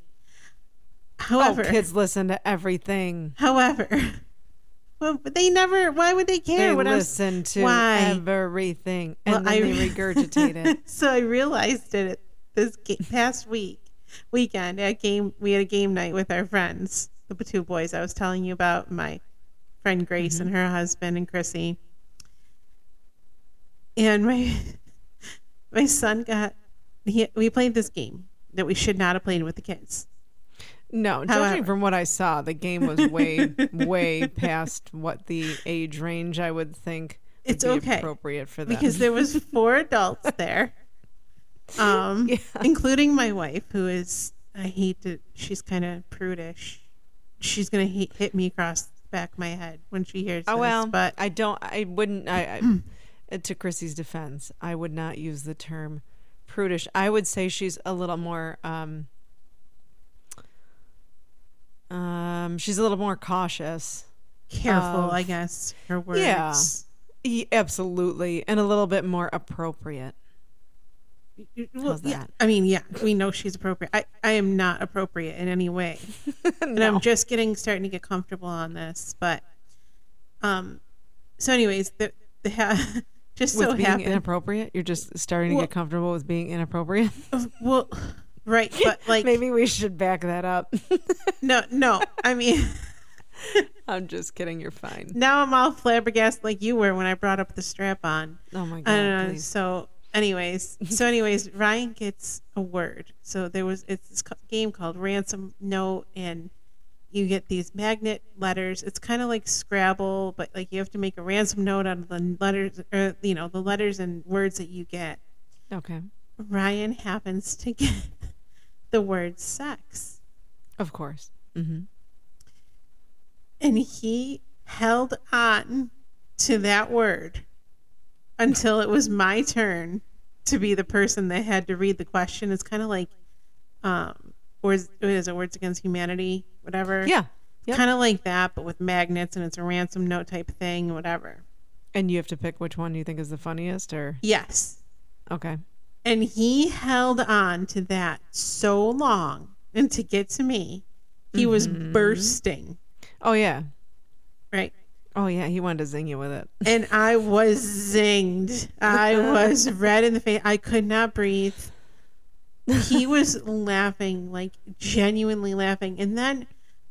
Speaker 1: However,
Speaker 2: oh, kids listen to everything.
Speaker 1: However, well, but they never. Why would they care?
Speaker 2: They
Speaker 1: what I'm s-
Speaker 2: listen to
Speaker 1: Why?
Speaker 2: everything, and
Speaker 1: Well,
Speaker 2: then
Speaker 1: I-
Speaker 2: they regurgitate it.
Speaker 1: so I realized it at this ga- past week weekend at game. We had a game night with our friends, the two boys I was telling you about, my friend Grace
Speaker 2: Mm-hmm.
Speaker 1: and her husband and Chrissy. And my my son got. He, we played this game that we should not have played with the kids.
Speaker 2: No,
Speaker 1: However-
Speaker 2: judging from what I saw, the game was way, way past what the age range I would think would
Speaker 1: It's
Speaker 2: be
Speaker 1: okay,
Speaker 2: appropriate for them.
Speaker 1: because there was four adults there um including my wife who is i hate to she's kind of prudish she's gonna hit, hit me across the back of my head when she hears
Speaker 2: oh
Speaker 1: this
Speaker 2: well,
Speaker 1: but
Speaker 2: I don't. I wouldn't. I, I uh, to Chrissy's defense, I would not use the term prudish. I would say she's a little more. Um, um, she's a little more cautious.
Speaker 1: careful
Speaker 2: of-
Speaker 1: i guess her words
Speaker 2: oh. Yeah. E- absolutely, and a little bit more appropriate.
Speaker 1: Well,
Speaker 2: How's
Speaker 1: yeah,
Speaker 2: that?
Speaker 1: i mean yeah we know she's appropriate i, I am not appropriate in any way and i'm just getting starting to get comfortable on this but um so anyways the, the ha- just
Speaker 2: With
Speaker 1: so
Speaker 2: being
Speaker 1: happened
Speaker 2: inappropriate, you're just starting to
Speaker 1: Well-
Speaker 2: get comfortable with being inappropriate.
Speaker 1: well right but like
Speaker 2: Maybe we should back that up.
Speaker 1: No, no. I mean,
Speaker 2: I'm just kidding. You're fine.
Speaker 1: now I'm all flabbergasted like you were when I brought up the strap on.
Speaker 2: Oh my
Speaker 1: I
Speaker 2: god!
Speaker 1: don't know.
Speaker 2: please.
Speaker 1: So, anyways, so anyways, Ryan gets a word. So there was it's this co- game called Ransom Note, and you get these magnet letters. It's kind of like Scrabble, but like you have to make a ransom note out of the letters, or you know, the letters and words that you get.
Speaker 2: Okay.
Speaker 1: Ryan happens to get the word sex.
Speaker 2: Of course. hmm
Speaker 1: and he held on to that word until it was my turn to be the person that had to read the question. It's kind of like, um, or is, what is it Words Against Humanity, whatever?
Speaker 2: Yeah. Yep.
Speaker 1: Kind of like that, but with magnets and it's a ransom note type thing, whatever.
Speaker 2: And you have to pick which one you think is the funniest, or
Speaker 1: Yes.
Speaker 2: okay.
Speaker 1: And he held on to that so long. And to get to me, he was
Speaker 2: Mm-hmm.
Speaker 1: bursting,
Speaker 2: Oh yeah.
Speaker 1: right?
Speaker 2: Oh yeah. He wanted to zing you with it.
Speaker 1: and I was zinged. I was red in the face. I could not breathe. He was laughing, like genuinely laughing. And then,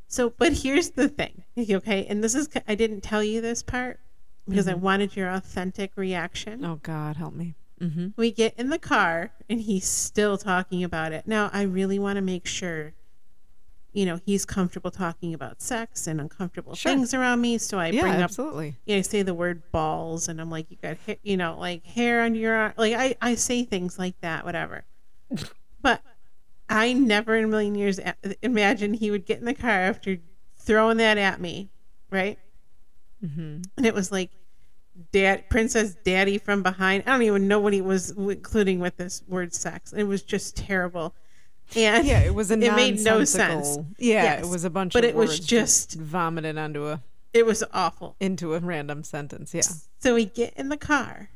Speaker 1: so, but here's the thing, okay? And this is, I didn't tell you this part because
Speaker 2: Mm-hmm.
Speaker 1: I wanted your authentic reaction.
Speaker 2: Oh God, help me. hmm
Speaker 1: We get in the car and he's still talking about it. Now, I really want to make sure, you know, he's comfortable talking about sex and uncomfortable
Speaker 2: Sure.
Speaker 1: things around me. So I
Speaker 2: Yeah,
Speaker 1: bring up
Speaker 2: absolutely.
Speaker 1: you know, I say the word balls, and I'm like, you got, ha- you know, like hair on your arm. Like I, I say things like that, whatever. But I never in a million years a- imagined he would get in the car after throwing that at me, right?
Speaker 2: hmm
Speaker 1: And it was like dad princess daddy from behind i don't even know what he was including with this word sex it was just terrible and
Speaker 2: Yeah, it was a
Speaker 1: it made no
Speaker 2: nonsensical-
Speaker 1: sense
Speaker 2: Yeah,
Speaker 1: Yes.
Speaker 2: it was a bunch
Speaker 1: But
Speaker 2: of
Speaker 1: it was
Speaker 2: words
Speaker 1: just-
Speaker 2: vomited onto a
Speaker 1: it was awful
Speaker 2: into a random sentence. Yeah.
Speaker 1: so we get in the car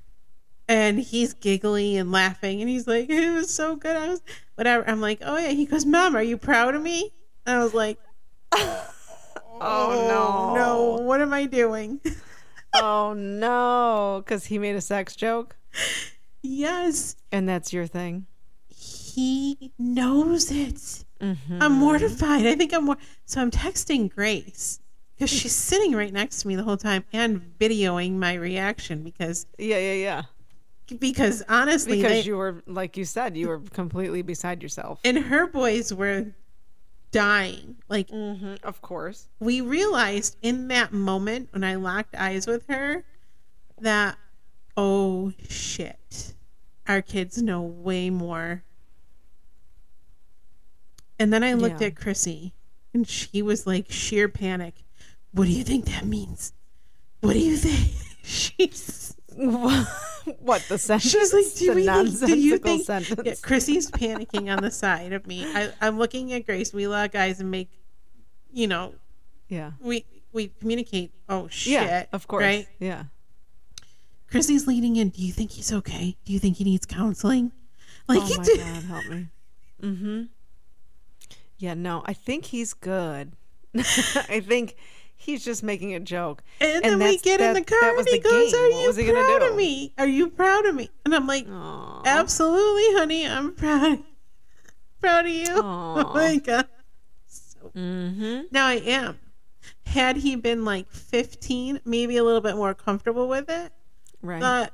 Speaker 1: and he's giggling and laughing and he's like it was so good i was whatever i'm like oh yeah he goes mom are you proud of me and i was like
Speaker 2: Oh,
Speaker 1: no what am i doing
Speaker 2: Oh no, cuz he made a sex joke
Speaker 1: yes
Speaker 2: and that's your thing.
Speaker 1: he knows it
Speaker 2: Mhm.
Speaker 1: I'm mortified. I think I'm more. So I'm texting Grace because she's sitting right next to me the whole time and videoing my reaction because
Speaker 2: Yeah, yeah, yeah.
Speaker 1: because honestly,
Speaker 2: Because
Speaker 1: they-
Speaker 2: you were like you said, you were completely beside yourself.
Speaker 1: and her boys were dying. Like
Speaker 2: Mm-hmm, of course.
Speaker 1: we realized in that moment when I locked eyes with her that oh shit, our kids know way more. And then I looked
Speaker 2: Yeah.
Speaker 1: at Chrissy and she was like sheer panic. What do you think that means? What do you think? She's
Speaker 2: what the sentence?
Speaker 1: she's like, do,
Speaker 2: the
Speaker 1: we think, do you
Speaker 2: nonsensical
Speaker 1: think?
Speaker 2: sentence?
Speaker 1: Yeah, Chrissy's panicking on the side of me. I, I'm looking at Grace. We lock eyes and make, you know,
Speaker 2: yeah.
Speaker 1: we we communicate. Oh shit!
Speaker 2: Yeah, of course.
Speaker 1: Right?
Speaker 2: Yeah.
Speaker 1: Chrissy's leading in. Do you think he's okay? Do you think he needs counseling? Like
Speaker 2: Oh
Speaker 1: he
Speaker 2: my
Speaker 1: did.
Speaker 2: god, help me. Mhm. Yeah, no, I think he's good. I think he's just making a joke.
Speaker 1: And,
Speaker 2: And
Speaker 1: then we
Speaker 2: that's-
Speaker 1: get in the
Speaker 2: that- that
Speaker 1: car
Speaker 2: was
Speaker 1: and he
Speaker 2: the
Speaker 1: goes,
Speaker 2: game.
Speaker 1: "Are
Speaker 2: What
Speaker 1: you
Speaker 2: was he gonna
Speaker 1: proud of
Speaker 2: do?"
Speaker 1: me? Are you proud of me?" And I'm like,
Speaker 2: Aw.
Speaker 1: "Absolutely, honey. I'm proud. Proud of you." Oh
Speaker 2: Aw.
Speaker 1: my god. So
Speaker 2: Mhm.
Speaker 1: now I am. Had he been like 15, maybe a little bit more comfortable with it,
Speaker 2: Right.
Speaker 1: but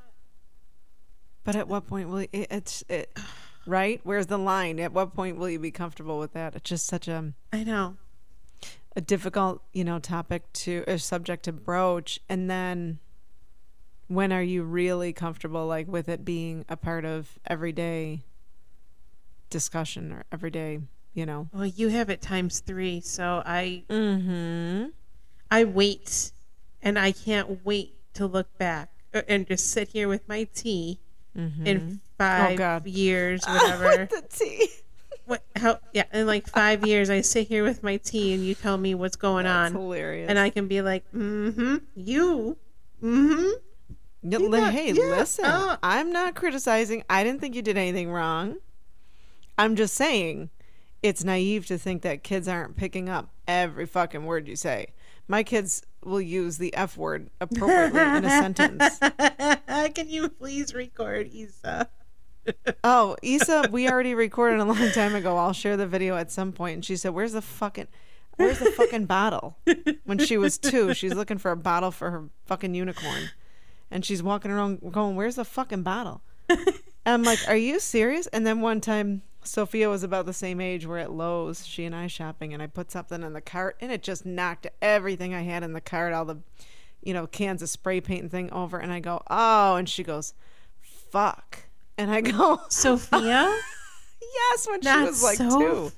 Speaker 2: but at what point will you, it, it's it, right? Where's the line? At what point will you be comfortable with that? It's just such a
Speaker 1: I know.
Speaker 2: a difficult, you know, topic to or subject to broach and then when are you really comfortable like with it being a part of everyday discussion or everyday, you know?
Speaker 1: Well, you have it times three, so I
Speaker 2: Mm-hmm.
Speaker 1: I wait, and I can't wait to look back uh, and just sit here with my tea in five
Speaker 2: Mm-hmm. Oh, God.
Speaker 1: years, whatever.
Speaker 2: The tea.
Speaker 1: what, how, yeah, in like five years, I sit here with my tea, and you tell me what's going
Speaker 2: That's
Speaker 1: on,
Speaker 2: hilarious.
Speaker 1: and I can be like, "Mm-hmm, you, mm-hmm."
Speaker 2: Yeah, li-
Speaker 1: got-
Speaker 2: hey,
Speaker 1: yeah,
Speaker 2: listen.
Speaker 1: uh.
Speaker 2: I'm not criticizing. I didn't think you did anything wrong. I'm just saying it's naive to think that kids aren't picking up every fucking word you say. My kids will use the F word appropriately in a sentence.
Speaker 1: can you please record Isa?
Speaker 2: Oh, Issa, we already recorded a long time ago. I'll share the video at some point. And she said, "Where's the fucking Where's the fucking bottle?" When she was 2, she's looking for a bottle for her fucking unicorn. And she's walking around going, "Where's the fucking bottle?" I'm like, "Are you serious?" And then one time Sophia was about the same age. We're at Lowe's, she and I shopping, and I put something in the cart, and it just knocked everything I had in the cart, all the, you know, cans of spray paint and thing over. And I go, "Oh," and she goes, "Fuck," and I go,
Speaker 1: Sophia.
Speaker 2: Yes, when she
Speaker 1: Not
Speaker 2: was like
Speaker 1: so-
Speaker 2: two.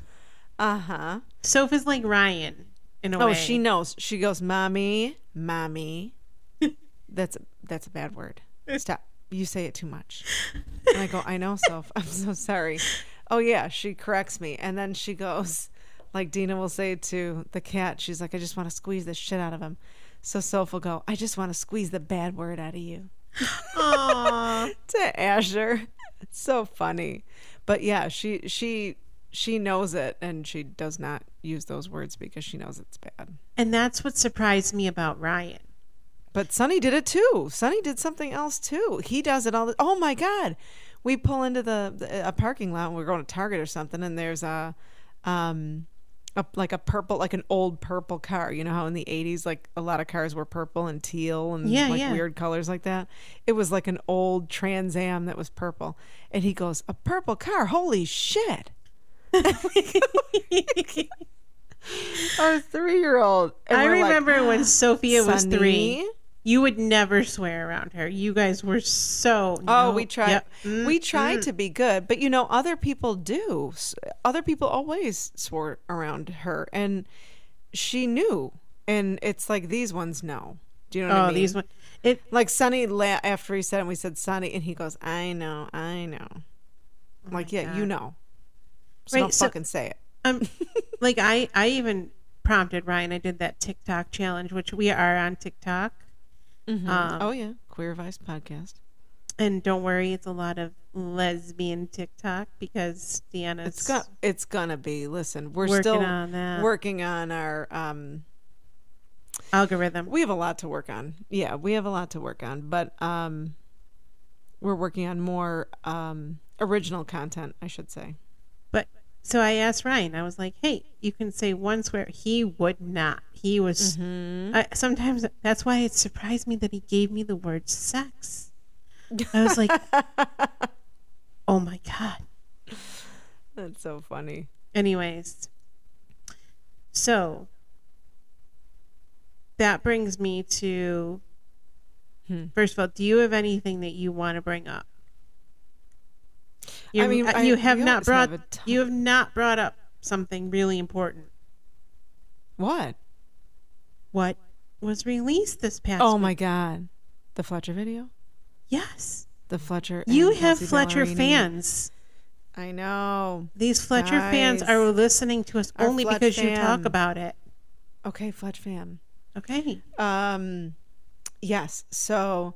Speaker 2: Uh huh.
Speaker 1: Sophia's like Ryan in a way.
Speaker 2: Oh, she knows. She goes, "Mommy, mommy." that's that's a bad word. Stop. You say it too much. And I go, "I know, Soph. I'm so sorry." Oh yeah, she corrects me, and then she goes, like Dina will say to the cat, she's like, "I just want to squeeze the shit out of him." So Soph will go, "I just want to squeeze the bad word out of you."
Speaker 1: Aw.
Speaker 2: to Asher. It's so funny. But yeah, she she she knows it and she does not use those words because she knows it's bad.
Speaker 1: And that's what surprised me about Ryan.
Speaker 2: But Sonny did it too. Sonny did something else too. He does it all the Oh my god. We pull into the, the a parking lot and we're going to Target or something and there's a um a, like a purple like an old purple car. You know how in the 80s like a lot of cars were purple and teal and
Speaker 1: Yeah,
Speaker 2: like
Speaker 1: yeah.
Speaker 2: weird colors like that. It was like an old Trans Am that was purple. And he goes, "A purple car. Holy shit." Our 3-year-old. And
Speaker 1: I
Speaker 2: we're like,
Speaker 1: remember when Sophia was
Speaker 2: "Sonny?"
Speaker 1: three, you would never swear around her. You guys were so.
Speaker 2: Oh,
Speaker 1: no,
Speaker 2: we tried.
Speaker 1: yep, mm,
Speaker 2: we tried to be good, but you know, other people do. S- Other people always swore around her, and she knew. And it's like these ones know, Do you know what
Speaker 1: Oh,
Speaker 2: I mean?
Speaker 1: these one. It
Speaker 2: Like Sonny, la- after he said it, we said Sonny, and he goes, I know, I know. like, yeah, you know.
Speaker 1: Oh
Speaker 2: So
Speaker 1: Right,
Speaker 2: don't
Speaker 1: so-
Speaker 2: fucking say it.
Speaker 1: um, like I, I even prompted Ryan. I did that TikTok challenge, which we are on TikTok. Um,
Speaker 2: oh, yeah. Queer Vice Podcast.
Speaker 1: and don't worry, it's a lot of lesbian TikTok because Deanna's
Speaker 2: It's, go- it's gonna be. Listen, we're
Speaker 1: working
Speaker 2: still
Speaker 1: on that
Speaker 2: working on our. Um,
Speaker 1: algorithm.
Speaker 2: we have a lot to work on. Yeah, we have a lot to work on, but um, we're working on more um, original content, I should say.
Speaker 1: But so I asked Ryan. I was like, "Hey, you can say one swear." He would not. He was. I, sometimes that's why it surprised me that he gave me the word sex. I was like, "Oh my god."
Speaker 2: That's so funny.
Speaker 1: Anyways, so that brings me to.
Speaker 2: Hmm.
Speaker 1: First of all, do you have anything that you want to bring up? You,
Speaker 2: I mean, I-
Speaker 1: you have
Speaker 2: we
Speaker 1: not
Speaker 2: always have
Speaker 1: brought
Speaker 2: a ton-
Speaker 1: you have not brought up something really important.
Speaker 2: What?
Speaker 1: What was released this past?
Speaker 2: oh
Speaker 1: week.
Speaker 2: my god, the Fletcher video.
Speaker 1: Yes,
Speaker 2: The Fletcher.
Speaker 1: you
Speaker 2: and
Speaker 1: have
Speaker 2: Kelsey
Speaker 1: Fletcher
Speaker 2: Ballerini.
Speaker 1: fans.
Speaker 2: I know.
Speaker 1: These Fletcher fans
Speaker 2: Guys.
Speaker 1: are listening to us
Speaker 2: Our
Speaker 1: only
Speaker 2: Fletch
Speaker 1: because you talk
Speaker 2: fam.
Speaker 1: about it.
Speaker 2: Okay, Fletch fam.
Speaker 1: Okay,
Speaker 2: Um, yes. So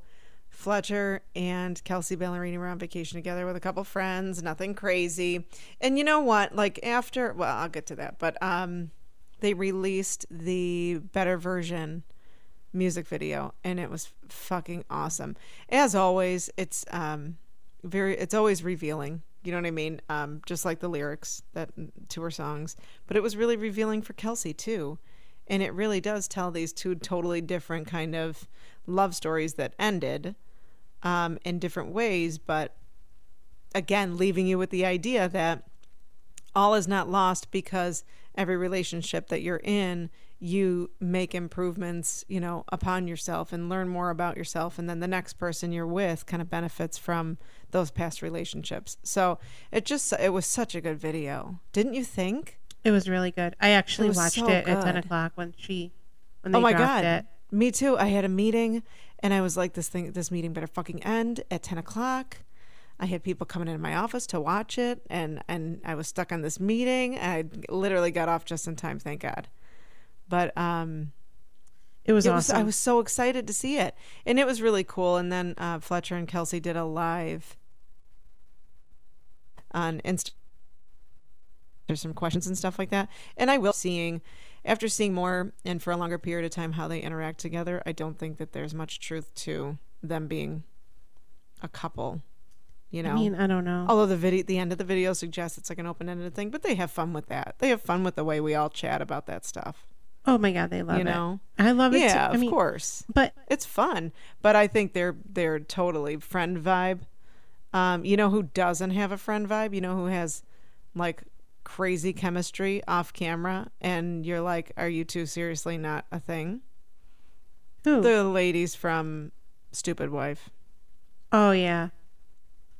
Speaker 2: Fletcher and Kelsey Ballerini were on vacation together with a couple friends. Nothing crazy. And you know what? Like after, well, I'll get to that. But um, they released the better version music video, and it was fucking awesome. As always, it's um very. It's always revealing. You know what I mean? Um, just like the lyrics that to her songs, but it was really revealing for Kelsey too and it really does tell these two totally different kind of love stories that ended um, in different ways but again leaving you with the idea that all is not lost because every relationship that you're in you make improvements you know upon yourself and learn more about yourself and then the next person you're with kind of benefits from those past relationships so it just it was such a good video didn't you think
Speaker 1: it was really good. I actually
Speaker 2: was
Speaker 1: watched
Speaker 2: so
Speaker 1: it at ten
Speaker 2: good.
Speaker 1: o'clock when she when they
Speaker 2: oh my
Speaker 1: dropped
Speaker 2: god
Speaker 1: it.
Speaker 2: me too i had a meeting and i was like this thing this meeting better fucking end at 10 o'clock i had people coming into my office to watch it and and i was stuck on this meeting and i literally got off just in time thank god but um
Speaker 1: It was
Speaker 2: it was,
Speaker 1: awesome.
Speaker 2: I was so excited to see it, and it was really cool. And then uh, Fletcher and Kelsey did a live on Insta. There's some questions and stuff like that, and I will seeing after seeing more and for a longer period of time how they interact together. I don't think that there's much truth to them being a couple. You know,
Speaker 1: I mean, I don't know.
Speaker 2: Although the video, the end of the video suggests it's like an open-ended thing, but they have fun with that. They have fun with the way we all chat about that stuff.
Speaker 1: Oh my god, they love
Speaker 2: You
Speaker 1: it.
Speaker 2: know?
Speaker 1: I love it.
Speaker 2: yeah,
Speaker 1: too. I
Speaker 2: of
Speaker 1: mean,
Speaker 2: course
Speaker 1: But
Speaker 2: it's fun but i think they're they're totally friend vibe um you know who doesn't have a friend vibe you know who has like crazy chemistry off camera and you're like are you two seriously not a thing
Speaker 1: who?
Speaker 2: the ladies from stupid wife
Speaker 1: oh yeah.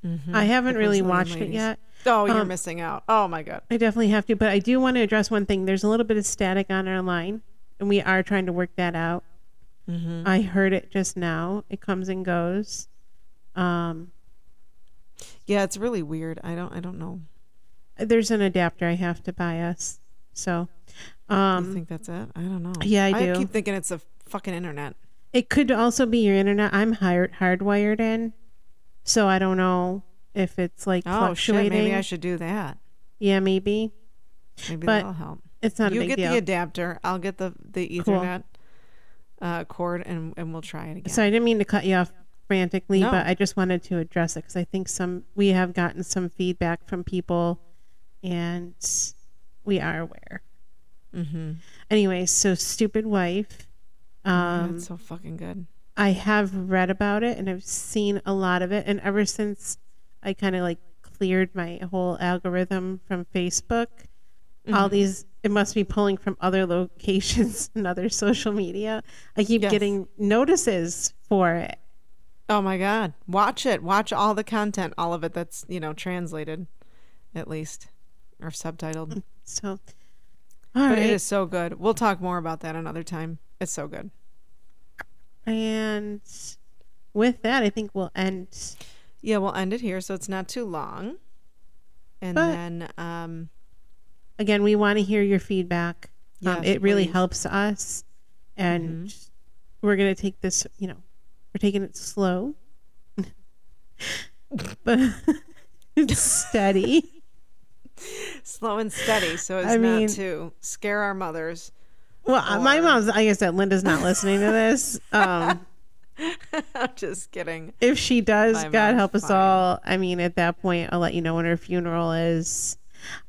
Speaker 2: Mm-hmm.
Speaker 1: I haven't really
Speaker 2: Brazilian
Speaker 1: watched it
Speaker 2: ladies.
Speaker 1: yet. Um,
Speaker 2: oh you're missing out oh my god
Speaker 1: I definitely have to, but I do want to address one thing. There's a little bit of static on our line, and we are trying to work that out.
Speaker 2: Mm-hmm.
Speaker 1: I heard it just now. It comes and goes. Um,
Speaker 2: yeah it's really weird i don't i don't know
Speaker 1: there's an adapter I have to buy us. So
Speaker 2: you think that's it i don't know
Speaker 1: Mm-hmm. yeah, I do.
Speaker 2: keep thinking it's a fucking internet
Speaker 1: it could also be your internet. I'm hired hardwired in, so I don't know if it's like
Speaker 2: oh shit
Speaker 1: fluctuating.
Speaker 2: maybe i should do that
Speaker 1: Yeah, maybe
Speaker 2: maybe
Speaker 1: But-
Speaker 2: that'll help
Speaker 1: it's not a
Speaker 2: you
Speaker 1: big
Speaker 2: get
Speaker 1: deal.
Speaker 2: the adapter. I'll get the the Ethernet uh, cord, and and we'll try it again.
Speaker 1: So I didn't mean to cut you off frantically,
Speaker 2: No.
Speaker 1: but I just wanted to address it because I think some we have gotten some feedback from people, and we are aware. Mm-hmm. Anyway, so stupid wife. Um,
Speaker 2: That's so fucking good.
Speaker 1: I have read about it and I've seen a lot of it, and ever since I kind of like cleared my whole algorithm from Facebook, all these it must be pulling from other locations and other social media. I keep
Speaker 2: Yes.
Speaker 1: getting notices for it.
Speaker 2: Oh my god, watch it. Watch all the content, all of it that's you know translated, at least, or subtitled.
Speaker 1: So, all right,
Speaker 2: But it is so good. We'll talk more about that another time. It's so good.
Speaker 1: And with that, I think we'll end.
Speaker 2: Yeah, we'll end it here so it's not too long. And
Speaker 1: But-
Speaker 2: then um
Speaker 1: Again, we want to hear your feedback. um,
Speaker 2: Yes,
Speaker 1: it really
Speaker 2: please. Mm-hmm.
Speaker 1: helps us, and we're gonna take this. You know, we're taking it slow, but it's steady.
Speaker 2: slow and steady so as
Speaker 1: I mean-
Speaker 2: not to scare our mothers.
Speaker 1: Well, uh, my
Speaker 2: Or-
Speaker 1: mom's, like I said, Linda's not listening to this. Um,
Speaker 2: I'm just kidding.
Speaker 1: if she does,
Speaker 2: My
Speaker 1: God
Speaker 2: mom's
Speaker 1: help us
Speaker 2: fine.
Speaker 1: all. I mean, at that point, I'll let you know when her funeral is.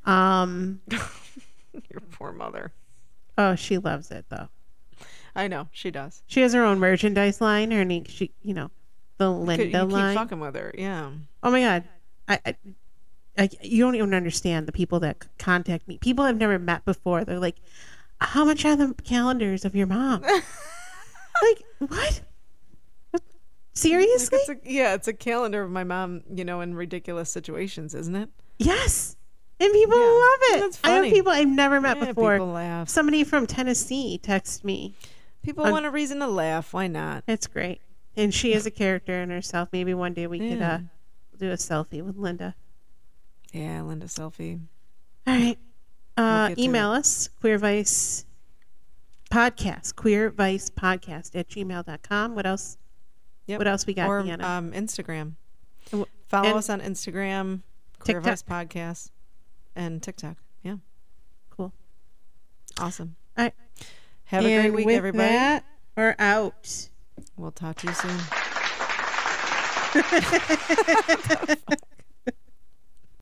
Speaker 1: Um,
Speaker 2: Your poor mother.
Speaker 1: oh, she loves it though.
Speaker 2: I know, she does.
Speaker 1: She has her own merchandise line. Her name, she, you know, the
Speaker 2: Could-
Speaker 1: Linda
Speaker 2: You keep
Speaker 1: line.
Speaker 2: fucking with her. Yeah.
Speaker 1: Oh my God, I, I, I, you don't even understand the people that c- contact me. People I've never met before. They're like, "How much are the calendars of your mom?" like what? What?
Speaker 2: Like,
Speaker 1: Seriously?
Speaker 2: it's a, yeah, it's a calendar of my mom, you know, in ridiculous situations, isn't it?
Speaker 1: Yes. And people
Speaker 2: Yeah.
Speaker 1: love it.
Speaker 2: That's
Speaker 1: I know
Speaker 2: funny.
Speaker 1: people I've never met
Speaker 2: Yeah,
Speaker 1: before.
Speaker 2: People laugh.
Speaker 1: Somebody from Tennessee texted me.
Speaker 2: People want a reason to laugh. Why not?
Speaker 1: It's great. And she is a character in herself. Maybe one day we could
Speaker 2: Yeah.
Speaker 1: uh, do a selfie with Linda.
Speaker 2: Yeah, Linda selfie.
Speaker 1: All right. Uh,
Speaker 2: We'll get to
Speaker 1: email us, Queer Vice Podcast, Queer Vice Podcast at gmail.com. What else?
Speaker 2: Yep.
Speaker 1: What else we got,
Speaker 2: or
Speaker 1: Deanna?
Speaker 2: um, Instagram.
Speaker 1: And wh-
Speaker 2: Follow
Speaker 1: and-
Speaker 2: us on Instagram, Queer
Speaker 1: TikTok.
Speaker 2: Voice Podcast, and TikTok. Yeah,
Speaker 1: cool.
Speaker 2: awesome.
Speaker 1: All right.
Speaker 2: Have a
Speaker 1: And
Speaker 2: great week,
Speaker 1: with
Speaker 2: everybody.
Speaker 1: That, we're out.
Speaker 2: We'll talk to you soon.